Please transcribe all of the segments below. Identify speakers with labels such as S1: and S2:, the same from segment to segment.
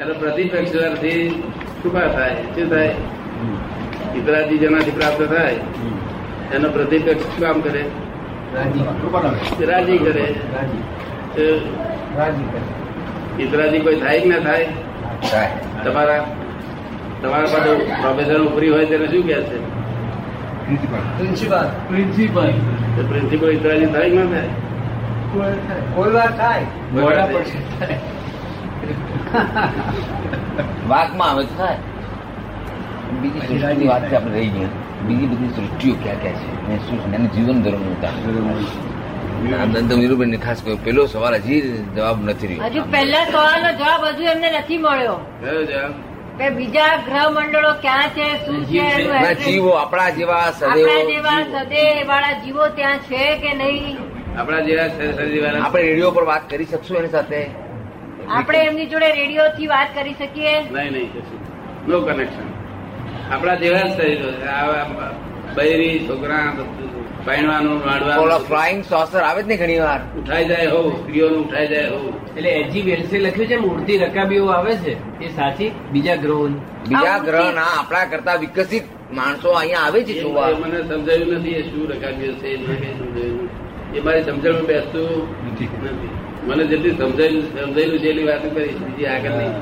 S1: એટલે પ્રતિપક્ષથી છુપા થાય શું થાય ઇતરાજી જેનાથી પ્રાપ્ત થાય એનો પ્રતિપક્ષ શું કામ કરે રાજી કરે એ ઇતરાજી કોઈ થાય કે ના થાય તમારા તમારા પાસે પ્રોફેસર ઉપરી હોય તેને શું કહે છે
S2: પ્રિન્સિપાલ
S3: પ્રિન્સિપલ
S1: તો પ્રિન્સિપલ ઇતરાજી થાય કે ના થાય
S2: કોઈ વાર થાય
S1: મોડા પડશે.
S4: વાતમાં આવે તો થાય બીજી સૃષ્ટિની વાત છે આપણે રહી ગઈ બીજી બધી સૃષ્ટિઓ ક્યાં ક્યાં છે અને શું છે? એનું જીવન ધોરણ ઉતાર વિરુબેન ખાસ કહ્યું પેલો સવાલ હજી જવાબ નથી રહ્યો
S5: હજુ પહેલા સવાલનો જવાબ હજુ એમને નથી મળ્યો
S1: કયો જવાબ?
S5: કે બીજા ગ્રહ મંડળો ક્યાં છે શું છે એનું
S4: ના,
S5: address.
S4: જીવો આપણા જેવા
S5: આપણા
S4: સદૈવ
S5: જેવા
S4: જીવો.
S5: સદે વાળા જીવો ત્યાં છે કે નહીં
S1: આપણા જેવા શરીરવાળા
S4: આપણે રેડિયો પર વાત કરી શકશું એની સાથે
S5: આપણે એમની જોડે રેડિયો થી વાત કરી શકીએ
S1: નહીં નહીં કશું નો કનેક્શન આપણા જેવા જ શરીરો છે. આવા બૈરી છોકરા પહેણવાનું
S4: ઓલો
S1: વાળવાનું
S4: ફ્લાઇંગ સોસર આવે જ ને ઘણી વાર
S1: ઉઠાઈ જાય હોવું સ્ત્રીઓનું ઉઠાઈ જાય હોવું
S3: એટલે એજી વેલ્સે લખ્યું છે ને, ઉડતી રકાબીઓ આવે છે એ સાચી બીજા ગ્રહોની
S4: બીજા
S5: આ ઉડતી-
S4: ગ્રહ ના આપણા કરતા વિકસિત માણસો અહીંયા આવે છે
S1: એ
S4: જોવા
S1: મને સમજાયું નથી એ શું રકાબ્યું છે એ મને કઈ સમજાયું નથી. એ મારી સમજણમાં બેસતું
S2: નથી.
S1: નથી મને જેટલી સમજાયું સમજાયેલું છે એટલી વાત કરીશ બીજી આગળ નહીં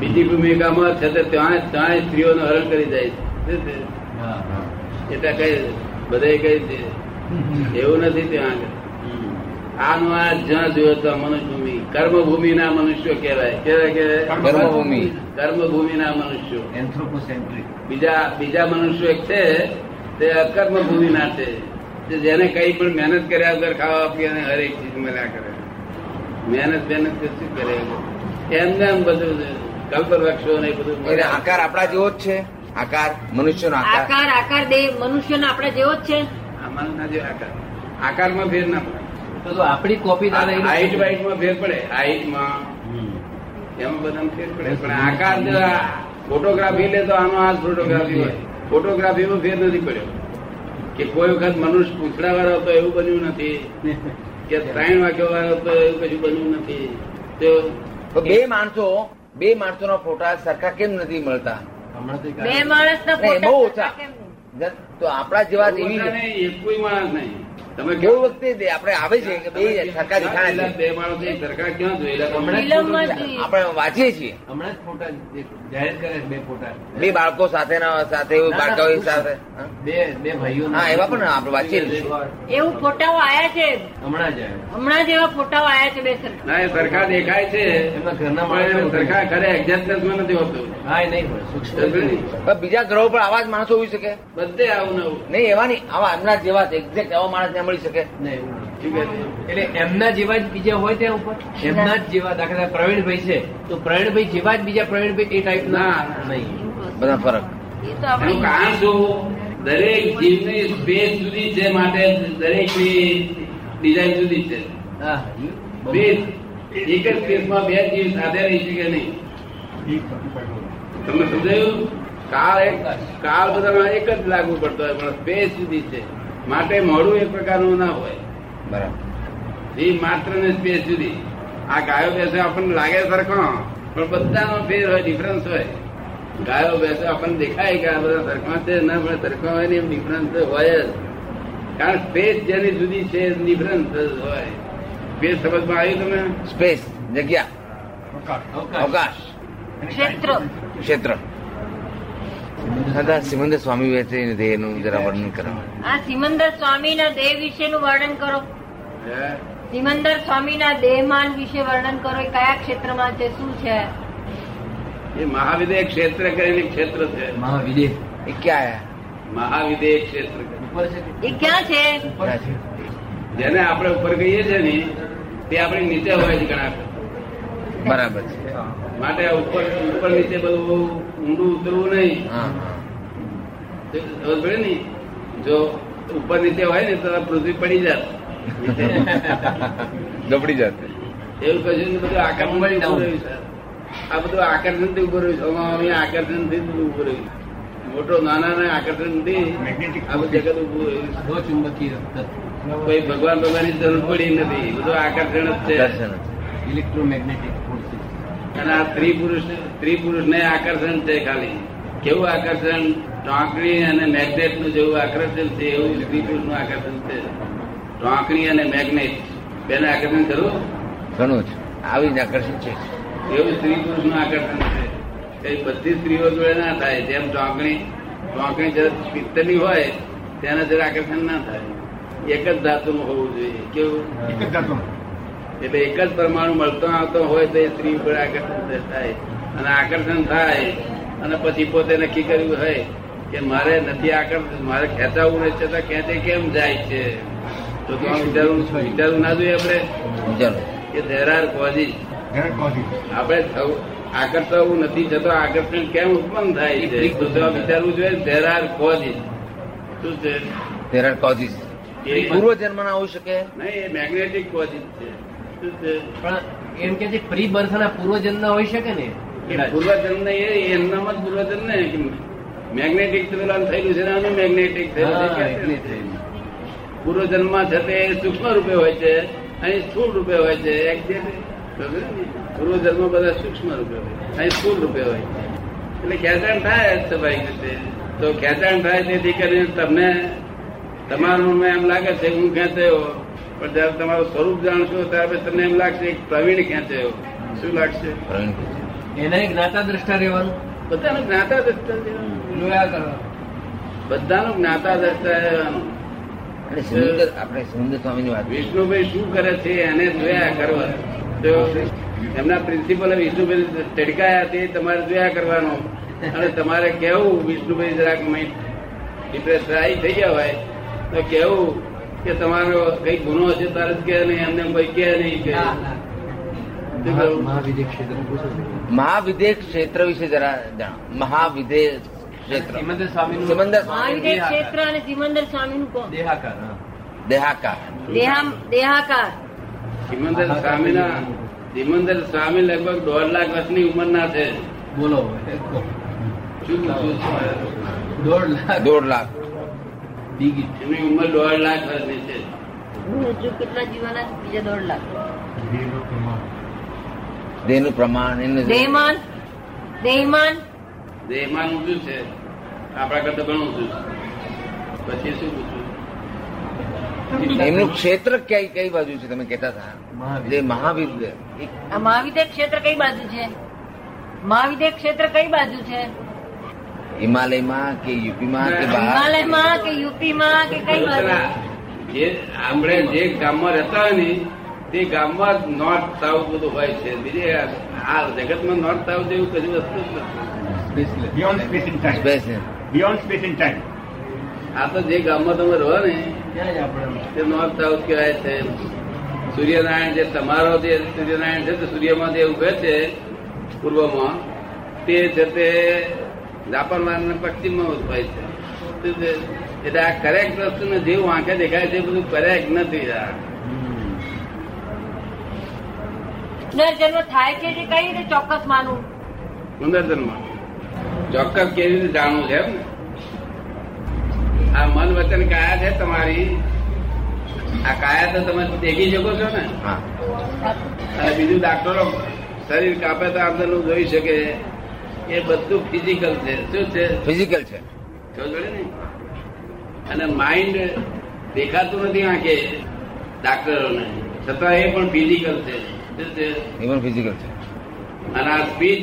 S1: બીજી ભૂમિકામાં છતાં ત્યાં ત્યાં સ્ત્રીઓનું હરણ કરી જાય છે શું છે? એટલે કઈ બધે કઈ છે એવું નથી ત્યાં આગળ આનું આ જ્યાં જોયો ત્યાં મનુભૂમિ કર્મભૂમિ ના મનુષ્યો કહેવાય કેવાય કહેવાય
S4: કર્મભૂમિ.
S1: કર્મભૂમિ ના મનુષ્યો બીજા બીજા મનુષ્યો એક છે તે અકર્મ ભૂમિના છે તે જેને કઈ પણ મહેનત કર્યા વગર ખાવા આપી અને હરેક ચીજ મળ્યા કરે મહેનત મહેનત તો શું કરે એમને એમ બધું કલ્પર વૃક્ષો ને એ બધું મળે.
S4: એટલે આકાર આપણા જેવો જ છે આકાર મનુષ્યનો આકાર
S5: આકાર આકાર દે મનુષ્યનો આપણે જેવો જ છે
S1: આમાં ના જે આકાર આકારમાં ફેર ના
S3: તો તો આપણી કોપી ના
S1: પડે હાઈટ
S3: રહી
S1: વાઈટમાં ફેર પડે હાઈટમાં એમાં બધામાં ફેર પડે પણ આકાર જો ફોટોગ્રાફી લે તો આનો આ ફોટોગ્રાફી હોય ફોટોગ્રાફીમાં ફેર નથી પડ્યો કે કોઈ વખત મનુષ્ય પૂંછડા વાળો હતો એવું બન્યું નથી કે ત્રણ વાક્યો વાળો હતો એવું કશું બન્યું નથી તો
S4: તો બે માણસો બે માણસોના ફોટા સરખા કેમ નથી મળતા
S5: બે માણસ ના
S4: નહીં, બહુ ઓછા. તો આપણા જેવા જ એવી
S1: પોતાને એકોય માણસ નહીં તમે
S4: કેવું વખતે દે- આપણે આવે છે કે
S1: તમે
S4: બે સરખા દેખાણા છે
S1: બે માણસ નહીં, સરખા ક્યાં જોયેલા તમે?
S3: હમણાં જ
S5: ફિલ્મમાં
S3: ફોટો-
S5: જોઈએ.
S4: આપણે વાંચીએ છીએ
S3: હમણાં જ ફોટા જે- જાહેર કરે છે બે ફોટા
S4: બે બાળકો સાથેના સાથે
S3: ના, ના,
S4: બાળકો સાથે હા?
S3: બે બે ભાઈઓ
S4: હા, એવા પણ આપણે વાંચીએ છીએ.
S5: એવું ફોટાઓ આયા છે
S3: હમણાં જ આવ્યા.
S5: હમણાં જેવા ફોટાઓ આયા છે બે સરખા
S1: ના એ સરખા દેખાય છે
S3: એમના ઘરના
S1: પણ એ
S3: માણસો
S1: સરખા ખરે એક્ઝેક્ટનેસમાં નથી હોતું
S3: હા એ નહીં હોય સૂક્ષ્મ
S1: સમજ્યો ને?
S4: પણ બીજા ગ્રહો પર આવા જ માણસો હોઈ શકે
S1: બધે આવું નવું
S4: નહીં એવા નહીં આવા એમના જેવા જ એક્ઝેક્ટ એવા માણસ ને મળી શકે
S3: નહીં, એવું નહીં.
S1: શું કહે છે?
S3: એટલે એમના જેવા જ બીજા હોય ત્યાં ઉપર એમના જ જેવા દાખલા પ્રવીણભાઈ છે તો પ્રવીણભાઈ જેવા જ બીજા પ્રવીણભાઈ એ ટાઈપ
S1: ના.
S3: ના નહીં
S4: બધા ફરક
S5: એ તો
S1: એનું
S5: આપણે
S1: કારણ શું દરેક જીવની સ્પેસ સુધી છે માટે દરેકની ડિઝાઇન સુધી છે
S3: હા, એ બહુ-
S1: સ્પેસ એક જ સ્પેસમાં બે જીવ સાથે રહી શકે નહીં તમને સમજાયું કાળ એક કાળ બધામાં એક જ લાગુ પડતો હોય પણ સ્પેસ સુધી છે માટે મોડું એક પ્રકારનું ના હોય
S4: બરાબર
S1: જીવ માત્ર ને સ્પેસ સુધી આ ગાયો બેસે આપણને લાગે સરખો પણ બધાનો ફેર હોય ડિફરન્સ હોય ગાયો બેસે આપણને દેખાય કે આ બધા સરખા છે ના પણ સરખા હોય ને એમ ડિફરન્સ હોય જ કારણ સ્પેસ જેની જુદી છે ડિફરન્સ હોય સ્પેસ સમજમાં આવ્યું તમે
S4: સ્પેસ જગ્યા
S3: અવકાશ.
S4: અવકાશ
S5: ક્ષેત્ર
S4: ક્ષેત્ર દાદા સિમંદર સ્વામી વચ્ચે ધ્યેયનું જરા વર્ણન કરવા
S5: આ સિમંદર સ્વામીના દેહ વિશેનું વર્ણન કરો
S1: હે?
S5: સિમંદર સ્વામીના દેહમાન વિશે વર્ણન કરો એ કયા ક્ષેત્રમાં છે શું છે
S1: એ મહાવિદેય ક્ષેત્ર કરીને ક્ષેત્ર છે
S3: મહાવિદેહ.
S4: એ ક્યાં આયા?
S1: મહાવિદેય ક્ષેત્ર કરીને.
S3: ઉપર છે કે?
S5: એ ક્યાં છે
S3: ઉપર છે.
S1: જેને આપણે ઉપર કહીએ છીએ ને તે આપણી નીચે હોય છે ઘણા
S4: બરાબર છે
S1: માટે આ ઉપર ઉપર નીચે બધું બહુ ઊંડું ઉતરવું નહીં
S4: હા હા.
S1: ખબર પડે ને જો ઉપર નીચે હોય ને તો આ પૃથ્વી પડી જાત નીચે.
S4: દબડી જાતે
S1: એવું કશું ને બધું આકર્ષણ
S3: Tumble down.
S1: આ બધું આકર્ષણ થી ઉભું રહ્યું છે આમાં અમે આકર્ષણ થી બધું ઉભું રહ્યું છે. મોટો નાના ને આકર્ષણ થી આ બધું જગત ઉભું રહ્યું છે.
S3: લો ચુંબકીય તત્વ.
S1: કોઈ ભગવાન ભગવાન ની જરૂર પડી નથી બધું આકર્ષણ જ છે
S4: દર્શન
S6: ઇલેક્ટ્રોમેગ્નેટિક ફોર્સિસ
S1: અને આ સ્ત્રી પુરુષ સ્ત્રી પુરુષને આકર્ષણ છે ખાલી કેવું આકર્ષણ ટોંકણી અને મેગ્નેટ નું જેવું આકર્ષણ છે એવું સ્ત્રી પુરુષનું આકર્ષણ છે ટોંકણી અને મેગ્નેટ બેને આકર્ષણ ખરું
S4: ઘણું જ આવી જ આકર્ષણ છે
S1: એવું સ્ત્રી પુરુષનું આકર્ષણ છે એ બધી સ્ત્રીઓ જોડે ના થાય જેમ ટોંકણી ટોંકણી જરા પિત્તની હોય તેના જરા આકર્ષણ ના થાય એક જ ધાતુનું હોવું જોઈએ કેવું
S6: એક જ ધાતુ
S1: એટલે એક જ પરમાણુ મળતો આવતો હોય તો એ સ્ત્રી ઉપર આકર્ષણ થાય અને આકર્ષણ થાય અને પછી પોતે નક્કી કર્યું હોય કે મારે નથી આકર્ષણ મારે ખેંચાવું નથી છતાં ખેંચે કેમ જાય છે તો તો આ વિચારવું વિચારવું ના જોઈએ આપણે
S4: વિચારો
S1: કે ધેરાર કોઝી
S6: ઘરે કોઝી
S1: આપણે થવું- આકર્ષાવું નથી છતાં આકર્ષણ કેમ ઉત્પન્ન થાય છે તો તો આ વિચારવું જોઈએ ધેરાર કોઝી શું છે
S4: There are causes.
S1: એ-
S4: પૂર્વ જન્મના હોઈ શકે
S1: નહીં એ મેગ્નેટિક કોઝી છે શું છે
S3: પણ એમ કે છે પ્રી બર્થના પૂર્વજન્મ ના હોઈ શકે ને
S1: એ પૂર્વજન્મ ને એ એમનામાં જ પૂર્વજન્મ ને મેગ્નેટિક પેલા થયેલું છે ને આનું મેગ્નેટિક થયેલું છે
S3: હા,
S1: કે પૂર્વજન્મ છે તે સૂક્ષ્મ રૂપે હોય છે અહીં સ્થૂળ રૂપે હોય છે Exact. ખબર ને? પૂર્વજન્મ બધા સૂક્ષ્મ રૂપે હોય છે. અહીં સ્થૂળ રૂપે હોય છે એટલે ખેંચાણ થાય જ સ્વાભાવિક રીતે તો ખેંચાણ થાય તેથી કરીને તમને તમારું મને એમ લાગે છે કે હું ખેંચાયો પણ જયારે તમારું સ્વરૂપ જાણશો ત્યારે તમને એમ લાગશે કે પ્રવીણ ખેંચાયો શું લાગશે
S4: પ્રવીણ
S3: એના એક જ્ઞાતા દ્રષ્ટા રહેવાનું
S1: બધાનું જ્ઞાતા દ્રષ્ટા જેવાનું.
S2: જોયા કરવા
S1: બધાનું જ્ઞાતા દ્રષ્ટા રહેવાનું.
S4: અને સુરેન્દ્ર- આપણે સુરેન્દ્ર સ્વામીની વાત કરીએ.
S1: વિષ્ણુભાઈ શું કરે છે એને જોયા કરવા તો એમના પ્રિન્સિપલે વિષ્ણુભાઈ ટડકાયા તે તમારે જોયા કરવાનું અને તમારે કેવું વિષ્ણુભાઈ જરાક ડિપ્રેસ ટ્રાય થઈ ગયા હોય તો કેવું કે તમારો કઈ ગુનો હશે તારે જ કે નહીં એમને કોઈ કે નહીં કે શું કરવું?
S6: મહાવિદ્ય ક્ષેત્ર પૂછો છો.
S4: મહાવિદેહ ક્ષેત્ર વિશે જરા જાણો મહાવિદેહ ક્ષેત્ર
S3: સિમંદર સ્વામીનું-
S4: સિમંદર સ્વામી
S5: મહાવીર ક્ષેત્ર અને સિમંદર સ્વામી નું કોણ
S3: દેહાકાર હા.
S4: દેહાકાર
S5: દેહા દેહાકાર
S1: સિમંદર સ્વામીના સિમંદર સ્વામી લગભગ દોઢ લાખ વર્ષની ઉંમરના છે
S2: બોલો
S1: શું શું શું?
S2: દોઢ લાખ
S4: દોઢ લાખ
S2: બીગી
S1: એમની ઉંમર દોઢ લાખ વર્ષની છે
S5: હજુ કેટલા જીવાના છે? બીજા દોઢ લાખ
S6: દેવનું પ્રમાણ.
S4: દેહનું પ્રમાણ એનું
S5: દેહમાન દેહમાન
S1: દેહમાં ઊંચું છે આપણા કરતા ઘણું ઊંચું છે પછી શું પૂછવું
S4: એમનું ક્ષેત્ર કઈ કઈ બાજુ છે તમે કહેતા હતા
S6: મહાવિદ્ય.
S4: જે મહાવિદ્ય
S5: આ મહાવિદ્ય ક્ષેત્ર કઈ બાજુ છે મહાવિદ્ય ક્ષેત્ર કઈ બાજુ છે
S4: હિમાલયમાં કે યુપીમાં કે બહાર
S5: હિમાલયમાં કે યુપીમાં કે કઈ બાજુ
S1: જે આપણે જે ગામમાં રહેતા હોય ને તે ગામમાં જ નોર્થ સાઉથ બધું હોય છે બીજે આ જગતમાં નોર્થ સાઉથ જેવું કશું વસ્તુ જ નથી
S6: Beyond space and time.
S4: Space ને.
S6: Beyond space and time.
S1: આ તો જે ગામમાં તમે રહો ને
S2: ત્યાં જ આપણે
S1: તે નોર્થ સાઉથ કહેવાય છે સૂર્યનારાયણ જે તમારો જે સૂર્યનારાયણ છે તે સૂર્યમાં જે ઉગે છે પૂર્વમાં તે છે તે જાપાનવાળાને પશ્ચિમમાં ઉદભવે છે શું છે? એટલે આ કરેક્ટ વસ્તુ ને જેવું આંખે દેખાય છે એ બધું કરેક્ટ નથી આ
S5: પુનર્જન્મ થાય છે તે કઈ રીતે ચોક્કસ માનવું
S1: ગુંદરજનમાં ચોક્કસ કેવી રીતે જાણવું છે એમ ને? આ મન વચન કાયા છે તમારી આ કાયા તો તમે દેખી શકો છો ને
S4: હા
S1: અને બીજું ડાક્ટરો શરીર કાપે તો અંદરનું જોઈ શકે એ બધું ફિઝિકલ છે શું છે
S4: ફિઝિકલ છે
S1: ખબર પડે ને? અને માઇન્ડ દેખાતું નથી આંખે ડાક્ટરોને છતાં એ પણ ફિઝિકલ છે શું છે
S4: એ પણ ફિઝિકલ છે
S1: અને આ સ્પીચ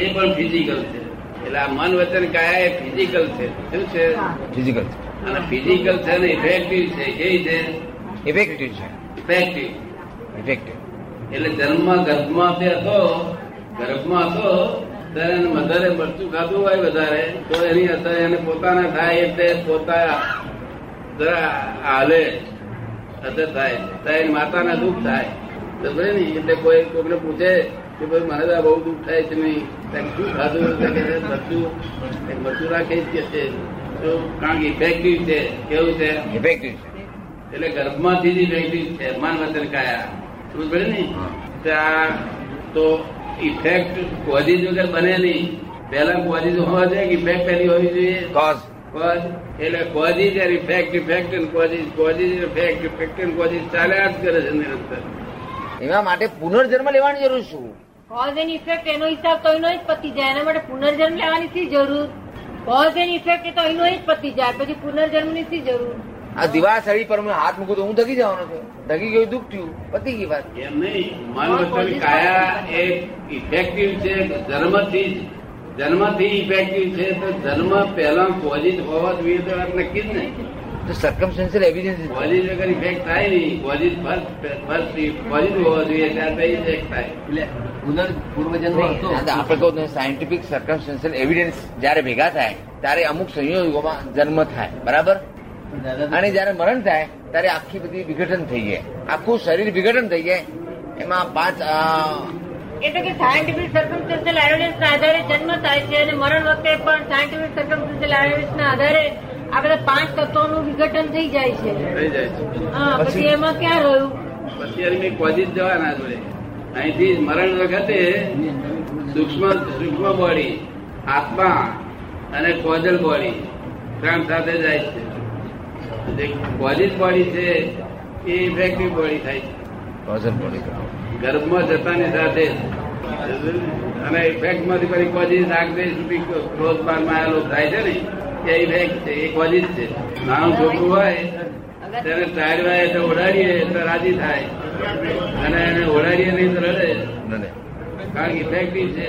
S1: એ પણ ફિઝિકલ છે એટલે આ મન વચન કાયા એ ફિઝિકલ છે શું છે
S4: ફિઝિકલ
S1: અને ફિઝિકલ છે ને ઇફેક્ટિવ છે કેવી છે
S4: છે ઇફેક્ટિવ છે
S1: ઇફેક્ટિવ
S4: ઇફેક્ટિવ
S1: એટલે જન્મમાં ગર્ભમાં તે હતો ગર્ભમાં હતો ત્યારે એને વધારે મરચું ખાધું હોય વધારે તો એની અસર એને પોતાને થાય એટલે પોતા જરા હાલે અસર થાય ત્યારે એની માતાને દુઃખ થાય સમજે ને એટલે કોઈ કોઈને પૂછે કે ભાઈ મને તો આ બહુ દુઃખ થાય છે નહીં ત્યાં શું ખાધું તો કે છે, મરચું ત્યાં મરચું રાખે જ કે છે તો કારણ કે ઇફેક્ટિવ છે કેવું છે
S4: ઇફેક્ટિવ છે
S1: એટલે ગર્ભમાંથી જ ઇફેક્ટિવ છે માન વચન કાયા સમજ પડે ને
S4: હા.
S1: ત્યાં તો ઇફેક્ટ કોઝિજ વગર બને નહીં પહેલા કોઝિજ હોવા જોઈએ કે ઇફેક્ટ પહેલી હોવી જોઈએ
S4: કોઝ
S1: Cause એટલે કોઝિજ અને ઇફેક્ટ ઇફેક્ટ અને કોઝિજ કોઝિજ ઇફેક્ટ ઇફેક્ટ અને કોઝિજ ચાલ્યા જ કરે છે નિરંતર
S4: એના માટે પુનર્જન્મ લેવાની જરૂર શું
S5: કોઝ એન્ડ ઇફેક્ટ એનો હિસાબ તો એનો જ પતી જાય એના માટે પુનર્જન્મ લેવાની શી જરૂર કોઝ એન્ડ ઇફેક્ટ એ તો એનો જ પતી જાય પછી પુનર્જન્મની શી જરૂર
S4: આ દિવાસળી પર હું હાથ મૂકું તો હું ધકી જવાનો છું ધકી ગયો દુઃખ થયું પતી ગઈ વાત
S1: એમ નહીં મન વચન કાયા એ ઇફેક્ટિવ છે જન્મથી જ જન્મથી ઇફેક્ટિવ છે તો જન્મ પહેલા પોઝિટ હોવા જોઈએ તો વાત નક્કી જ નહીં
S4: તો સરકમસ્ટન્શિયલ એવિડન્સ
S1: પોઝિટ વગર ઇફેક્ટ થાય નહીં પોઝિટ ફર્સ્ટ ફર્સ્ટ પોઝિટ હોવો જોઈએ ત્યાર પછી ઇફેક્ટ થાય
S2: એટલે પુનર્ પૂર્વજન્મ હતો
S4: આપણે કહું સાયન્ટિફિક સરકમસ્ટન્શિયલ એવિડન્સ જ્યારે ભેગા થાય ત્યારે અમુક સંયોગોમાં જન્મ થાય બરાબર
S2: દાદા તો-
S4: અને જ્યારે મરણ થાય ત્યારે આખી બધી વિઘટન થઈ જાય આખું શરીર વિઘટન થઈ જાય એમાં પાંચ અ,
S5: એટલે કે સાયન્ટિફિક સર્કમસ્ટન્શિયલ એવિડન્સ ના આધારે જન્મ થાય છે અને મરણ વખતે પણ સાયન્ટિફિક સર્કમસ્ટન્શિયલ એવિડન્સ ના આધારે આ બધા પાંચ તત્વોનું વિઘટન થઈ જાય છે
S1: થઈ જાય છે
S5: હા પછી
S4: પછી?
S5: એમાં ક્યાં રહ્યું
S1: પછી અમે પોઝિટ જવાના જોડે અહીંથી જ મરણ વખતે
S2: એની અંદર પૂર્વજન્મ-
S1: સૂક્ષ્મ સૂક્ષ્મ બોડી આત્મા અને કોઝલ બોડી ત્રણ સાથે જાય છે જે કોઝિલ બોડી છે એ ઇફેક્ટિવ બોડી થાય છે
S4: વજન પડી ગયું.
S1: ગર્ભમાં જતાની સાથે જ. અને ઇફેક્ટમાંથી ફરી કોઝિલ નાગદેશ સુધી ક્લોઝ બારમાં આવેલો થાય છે ને એ ઇફેક્ટ છે એ કોઝિલ છે નાનું છોકરું હોય તેને ટાયર વાય એટલે ઓડાડીએ તો રાજી થાય અને એને ઓડાડીએ નહીં તો રડે
S4: ના, ના.
S1: કારણ કે ઇફેક્ટિવ છે